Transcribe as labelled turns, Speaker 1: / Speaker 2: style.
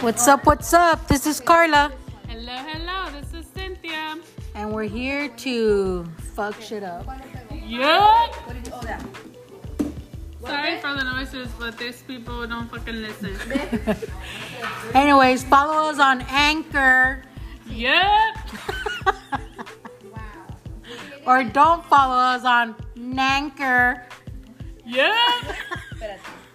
Speaker 1: What's up? What's up? This is Carla,
Speaker 2: Hello, hello, this is Cynthia.
Speaker 1: and we're here to fuck shit up.
Speaker 2: Yup. Sorry for the noises, but these people don't fucking listen.
Speaker 1: Anyways, follow us on Anchor,
Speaker 2: Yup.
Speaker 1: or don't follow us on Nanker.
Speaker 2: Yup.